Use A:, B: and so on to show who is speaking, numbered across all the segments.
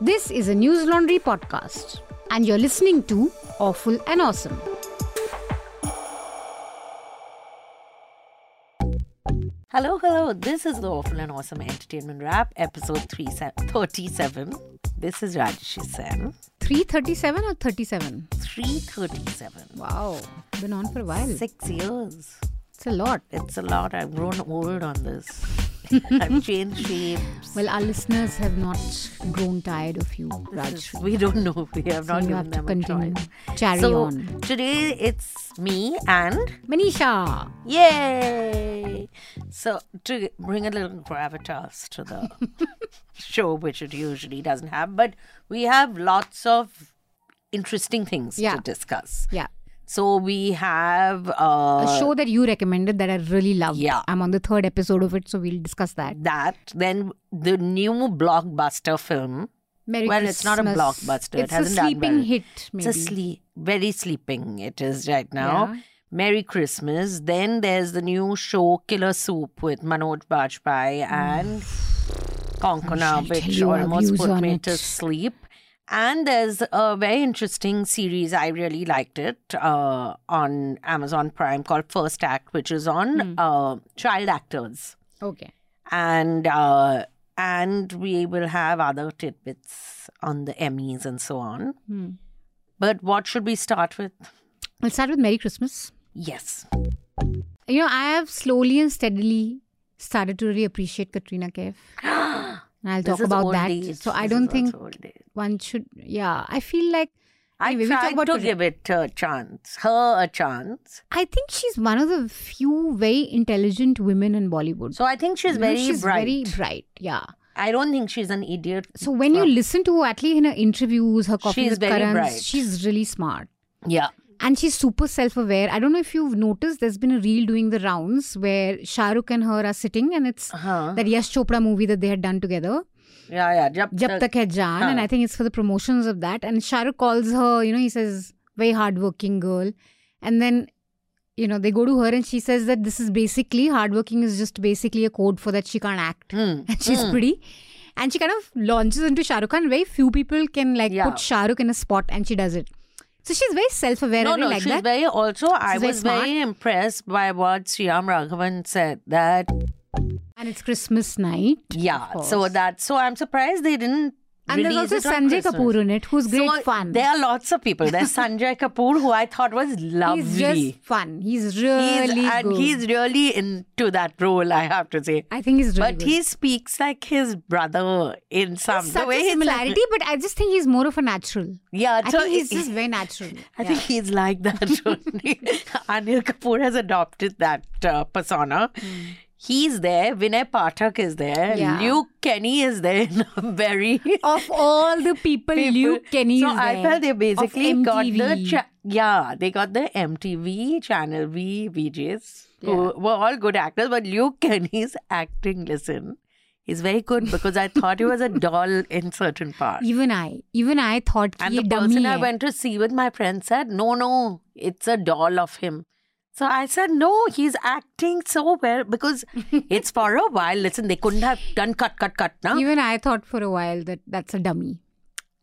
A: This is a News Laundry podcast, and you're listening to Awful and Awesome.
B: Hello, hello. This is the Awful and Awesome Entertainment Wrap, episode 3 se- 37. This is Rajesh Sen,
A: 337 or 37?
B: 337.
A: Wow, been on for a while.
B: Six years.
A: It's a lot.
B: It's a lot. I've grown old on this. I've changed shapes.
A: Well, our listeners have not grown tired of you,
B: This
A: Raj.
B: is- we don't know. We have
A: So
B: not
A: you
B: given
A: have to
B: them
A: continue.
B: a choice.
A: Carry
B: so
A: on.
B: today it's me and
A: Manisha.
B: Yay! So, to bring a little gravitas to the show, which it usually doesn't have, but we have lots of interesting things
A: Yeah.
B: to discuss.
A: Yeah.
B: So, we have
A: A
B: uh,
A: show that you recommended that I really loved.
B: yeah.
A: I'm on the third episode of it, so we'll discuss that.
B: that, then the new blockbuster film.
A: Merry
B: well,
A: Christmas.
B: it's not a blockbuster.
A: It's
B: it hasn't
A: a sleeping
B: done well.
A: hit, maybe.
B: It's a sleep, very sleeping. It is right now.
A: Yeah.
B: Merry Christmas. Then there's the new show Killer Soup with Manoj Bajpayee and
A: I
B: Konkona,
A: shall tell
B: which
A: you our
B: almost
A: views
B: put
A: on
B: me
A: it.
B: to sleep. And there's a very interesting series. I really liked it uh, on Amazon Prime called First Act, which is on
A: Hmm.
B: uh, child actors,
A: Okay.
B: and uh, and we will have other tidbits on the Emmys and so on.
A: Hmm.
B: But what should we start with?
A: I'll start with Merry Christmas.
B: Yes.
A: You know, I have slowly and steadily started to really appreciate Katrina Kaif. And I'll
B: This
A: talk
B: is
A: about
B: old
A: that.
B: age.
A: So I
B: This
A: don't
B: is
A: think
B: also old age.
A: one should. Yeah, I feel like
B: I
A: Anyway, we talk
B: tried
A: about
B: to
A: today.
B: give it a chance, her a chance.
A: I think she's one of the few very intelligent women in Bollywood.
B: So I think she's
A: You know,
B: very
A: she's
B: bright.
A: very bright. Yeah.
B: I don't think she's an idiot.
A: So when you listen to her, at least in her interviews, her coffee
B: She's
A: with
B: very
A: Karan,
B: bright.
A: she's really smart.
B: Yeah,
A: And she's super self-aware. I don't know if you've noticed, there's been a reel doing the rounds where Shah Rukh and her are sitting, and it's
B: Huh.
A: that Yash Chopra movie that they had done together.
B: Uh-huh. yeah, yeah. Jab
A: Jab Tak Hai Jaan, and I
B: Huh.
A: think it's for the promotions of that. And Shahrukh calls her, you know, he says, very hardworking girl. And then, you know, they go to her and she says that this is basically, hardworking is just basically a code for that she can't act.
B: Hmm.
A: And she's pretty. And she kind of launches into Shahrukh Khan. Very few people can like
B: Yeah.
A: put Shahrukh in a spot and she does it. So she's very self-aware. I
B: No,
A: really
B: no,
A: like
B: she's
A: that.
B: very also. I
A: She's very
B: was very impressed by what Sriram Raghavan said that.
A: and it's Christmas night.
B: Yeah,
A: Of
B: so
A: course.
B: that so I'm surprised they didn't.
A: And there's
B: release
A: also
B: it on
A: Sanjay
B: Christmas.
A: Kapoor in it, who's great
B: So
A: fun.
B: There are lots of people. There's Sanjay Kapoor, who I thought was lovely.
A: He's just fun. He's
B: He's-
A: really
B: and
A: good.
B: he's really into that role, I have to say.
A: I think he's really
B: But
A: good.
B: he speaks like his brother in some
A: There's
B: the
A: such
B: way
A: a
B: he's like-
A: similarity, but I just think he's more of a natural.
B: yeah,
A: I
B: so
A: think he's
B: he-
A: just very natural.
B: I think he's like that. only. Anil Kapoor has adopted that uh, persona. He's there. Vinay Pathak is there.
A: Hmm. Yeah.
B: Luke Kenny is there. in a very
A: of all the people, Luke Kenny
B: So
A: is
B: I
A: there.
B: felt they
A: Of
B: basically got the
A: MTV.
B: cha- yeah they got the MTV Channel V VJs who were all good actors, but Luke Kenny's acting listen is very good because I thought he was a doll in certain parts.
A: even I, even I thought
B: And
A: he
B: the
A: dummy.
B: person I
A: hai.
B: went to see with my friend said, "No, no, it's a doll of him." So I said, "No, he's acting so well because it's for a while." Listen, they couldn't have done cut, cut, cut, now
A: Even I thought for a while that that's a dummy.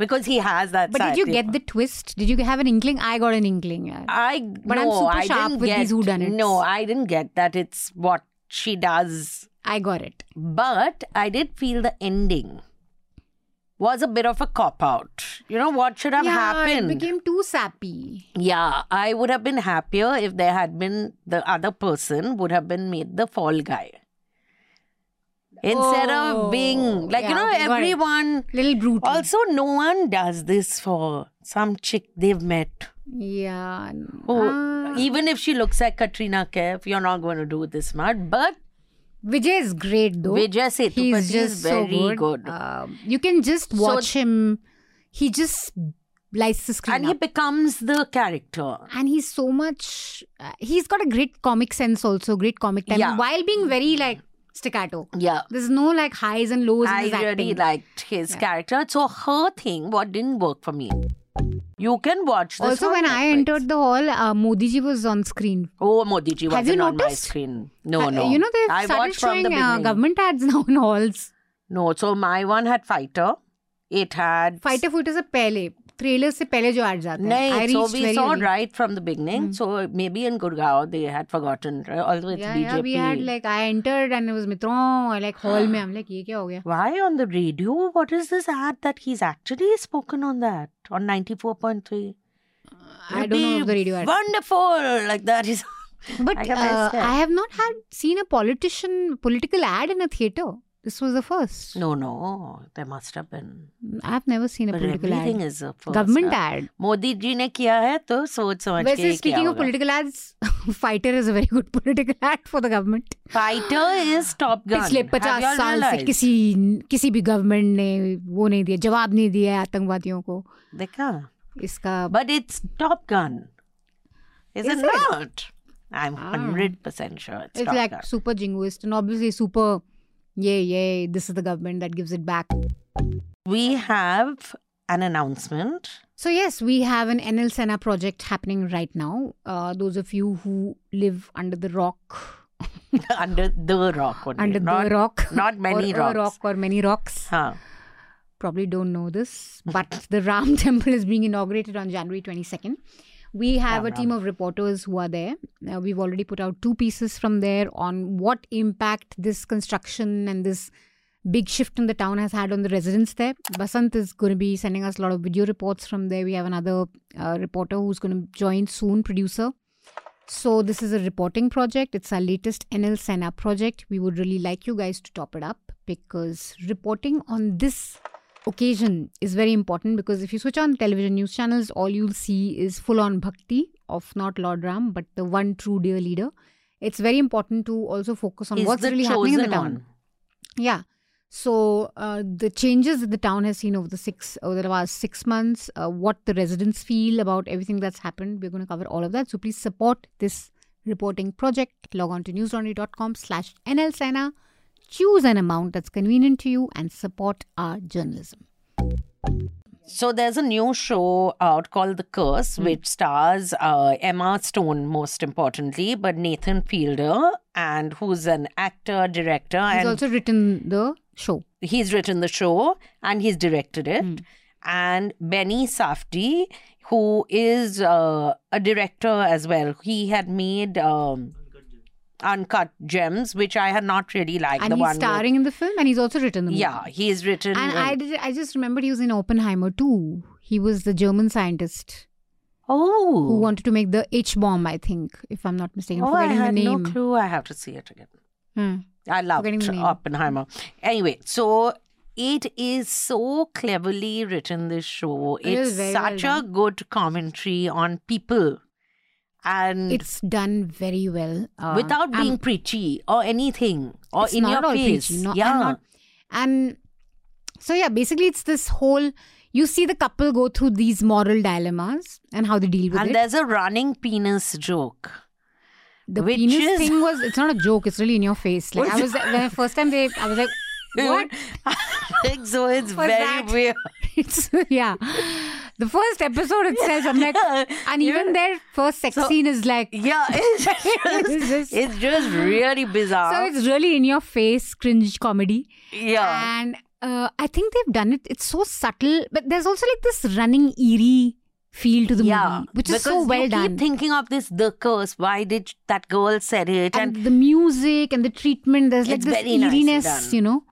B: because he has that.
A: But did you
B: side.
A: get the twist? Did you have an inkling? I got an inkling. yaar.
B: I
A: But I'm
B: no,
A: super
B: I
A: sharp
B: didn't
A: with
B: get,
A: these whodunits.
B: No, I didn't get that. It's what she does,
A: I got it.
B: but I did feel the ending was a bit of a cop out. You know what should have
A: yeah,
B: happened?
A: it became too sappy.
B: yeah, I would have been happier if there had been the other person would have been made the fall guy. Instead
A: Oh,
B: of being like you
A: yeah,
B: know
A: okay, got it.
B: everyone
A: Little brutal.
B: also no one does this for some chick they've met.
A: yeah.
B: Oh,
A: Ah.
B: even if she looks like Katrina Kaif, you're not going to do this much. But
A: Vijay is great though.
B: Vijay Sethupathi
A: he's
B: is
A: just
B: very
A: so good.
B: good.
A: Um, you can just
B: So-
A: watch him. He just lights the screen
B: and he
A: up.
B: becomes the character.
A: and he's so much. Uh, he's got a great comic sense also, great comic timing,
B: Yeah.
A: while being very like staccato.
B: Yeah.
A: There's no like highs and lows in
B: I
A: his
B: really
A: acting.
B: liked his
A: Yeah.
B: character. So her thing, what didn't work for me. You can watch this.
A: also,
B: on
A: when I
B: Netflix.
A: entered the hall, uh, Modi ji was on screen.
B: Oh, Modi ji
A: Have you
B: wasn't on my
A: noticed?
B: screen. No,
A: Uh,
B: no.
A: You know, they've
B: I
A: started
B: watched from the
A: showing uh,
B: beginning.
A: government ads now in halls.
B: No, so my one had fighter. It had
A: Fighter फूटर से पहले trailer से पहले जो ad जाता है I
B: No, so
A: reached
B: we
A: very
B: saw
A: early. Hmm.
B: right from the beginning. So maybe in Gurgaon they had forgotten, right? although it's
A: yeah,
B: BJP.
A: yeah, we had like I entered and it was Mitron or like hall में I'm like ये क्या हो गया
B: Why on the radio? What is this ad that he's actually spoken on that on ninety four point three?
A: I don't know if the radio ad.
B: Wonderful, like that is.
A: But
B: I
A: I,
B: got myself.
A: uh, I have not had seen a politician political ad in a theater. This was the first.
B: No, no, there must have been.
A: I've never seen a
B: But
A: political
B: everything
A: ad.
B: is a first,
A: Government
B: huh?
A: ad.
B: Modi ji ने किया है तो सोच समझ के
A: Versus
B: ही किया
A: speaking of
B: होगा.
A: political ads, fighter is a very good political ad for the government.
B: Fighter is Top Gun.
A: पिछले
B: Have
A: पचास
B: you all
A: साल से
B: realized?
A: किसी किसी भी गवर्नमेंट ने वो नहीं दिया जवाब नहीं दिया है आतंकवादियों को
B: देखा?
A: इसका
B: But it's Top Gun. Is,
A: Is
B: it,
A: it?
B: not? I'm
A: Ah.
B: hundred percent sure it's,
A: it's
B: Top
A: like
B: Gun.
A: super jingoist and obviously super yeah yeah this is the government that gives it back
B: We have an announcement.
A: So, yes, we have an NL Sena project happening right now. Uh, those of you who live under the rock,
B: under the rock only.
A: under
B: not,
A: the rock,
B: Not many
A: or a
B: rocks.
A: rock or many rocks,
B: Huh.
A: probably don't know this, but the Ram Temple is being inaugurated on January 22nd. We have
B: Ram,
A: a team of reporters who are there. Uh, we've already put out two pieces from there on what impact this construction and this big shift in the town has had on the residents there. Basant is going to be sending us a lot of video reports from there. We have another uh, reporter who's going to join soon, producer. So, this is a reporting project. It's our latest NL Sena project. We would really like you guys to top it up because reporting on this occasion is very important because if you switch on television news channels, all you'll see is full on bhakti of not Lord Ram, but the one true dear leader. It's very important to also focus on
B: Is
A: Um, what's
B: the
A: really happening in the
B: chosen
A: town.
B: one.
A: Yeah. So uh, the changes that the town has seen over the six over the last six months, uh, what the residents feel about everything that's happened, we're going to cover all of that. So please support this reporting project. Log on to newslaundry.com slash nlsena. Choose an amount that's convenient to you and support our journalism.
B: So there's a new show out called The Curse,
A: Hmm.
B: which stars uh, Emma Stone, most importantly, but Nathan Fielder, and who's an actor, director,
A: He's
B: and
A: also written the show.
B: he's written the show and he's directed it.
A: Hmm.
B: And Benny Safdie, who is uh, a director as well, he had made um, Uncut Gems, which I had not really liked.
A: And
B: the
A: he's
B: one with-
A: starring in the film and he's also written the movie.
B: yeah, he's written.
A: And I
B: in-
A: did I just remembered he was in Oppenheimer too. He was the German scientist.
B: oh,
A: who wanted to make the H bomb, I think, if I'm not mistaken.
B: oh, I
A: forgetting
B: had
A: the
B: no
A: name.
B: clue. I have to see it again.
A: Hmm.
B: I
A: Forgetting
B: loved
A: the name.
B: Oppenheimer. Anyway, so it is so cleverly written, this show.
A: It is
B: it's
A: very well
B: such a good commentary on people and
A: It's done very well. uh,
B: Hmm. without
A: I'm-
B: being preachy or anything or
A: it's
B: in
A: not
B: your
A: at all
B: face.
A: preachy. No, I'm
B: yeah.
A: not- and so, yeah, basically, it's this whole you see the couple go through these moral dilemmas and how they deal with
B: and
A: it.
B: there's a running penis joke.
A: The
B: which
A: penis
B: is-
A: thing was, it's not a joke, it's really in your face. Like, I was, when the first time they, I was like, what?
B: Like, so it's
A: What's
B: very
A: that?
B: weird.
A: it's, yeah. The first episode itself, I'm like, and even their first sex
B: So-
A: scene is like,
B: Yeah, it's
A: It's
B: just,
A: just-
B: it's just really bizarre.
A: so it's really in your face cringe comedy.
B: yeah.
A: and uh, I think they've done it. It's so subtle, but there's also like this running eerie feel to the movie, which is so
B: because
A: well
B: you
A: done.
B: Keep thinking of this the curse. Why did that girl said it?
A: and,
B: And and,
A: the music and the treatment, there's like
B: It's
A: this
B: very nicely
A: eeriness,
B: done.
A: you know.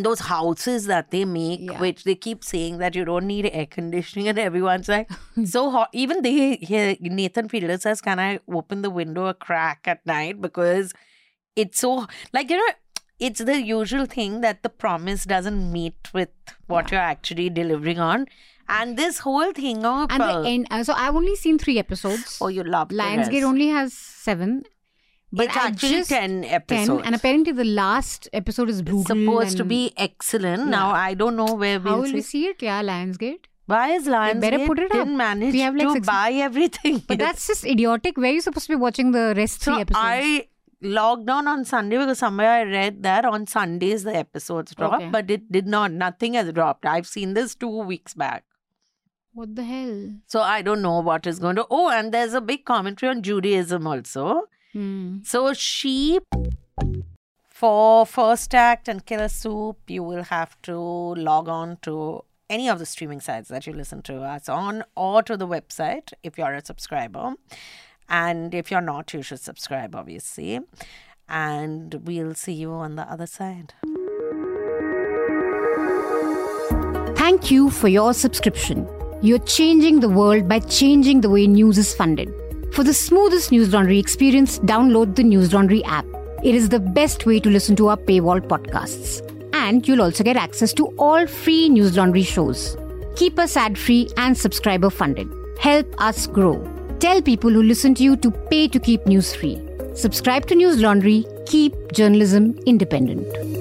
B: those houses that they make,
A: Yeah.
B: which they keep saying that you don't need air conditioning, and everyone's like so hot. Even they here Nathan Fielder says, "Can I open the window a crack at night because it's so like you know." It's the usual thing that the promise doesn't meet with what you're actually delivering on, and this whole thing of
A: And
B: uh,
A: the end. uh, So I've only seen three episodes.
B: oh, you love the
A: Lionsgate
B: rest.
A: only has seven, but
B: it's
A: I
B: actually
A: just-
B: ten
A: ten,
B: episodes.
A: and apparently the last episode is brutal.
B: supposed to
A: and
B: be excellent. Now I don't know where
A: How
B: we'll
A: will
B: see.
A: we see it? Yeah, Lionsgate.
B: Why is Lionsgate
A: better put it up.
B: didn't manage
A: We have like
B: to
A: six-
B: buy everything?
A: But that's just idiotic. Where are you supposed to be watching the rest
B: so
A: three episodes?
B: I logged on on Sunday because somewhere I read that on Sundays the episodes drop,
A: Okay.
B: but it did not. Nothing has dropped. I've seen this two weeks back.
A: what the hell?
B: So I don't know what is going to. Oh, and there's a big commentary on Judaism also.
A: Hmm.
B: So she for first act and killer soup you will have to log on to any of the streaming sites that you listen to us on or to the website if you're a subscriber. And if you're not, you should subscribe, obviously. And we'll see you on the other side.
A: Thank you for your subscription. You're changing the world by changing the way news is funded. For the smoothest News Laundry experience, download the News Laundry app. It is the best way to listen to our paywall podcasts. And you'll also get access to all free News Laundry shows. Keep us ad free and subscriber funded. Help us grow. Tell people who listen to you to pay to keep news free. Subscribe to News Laundry. Keep journalism independent.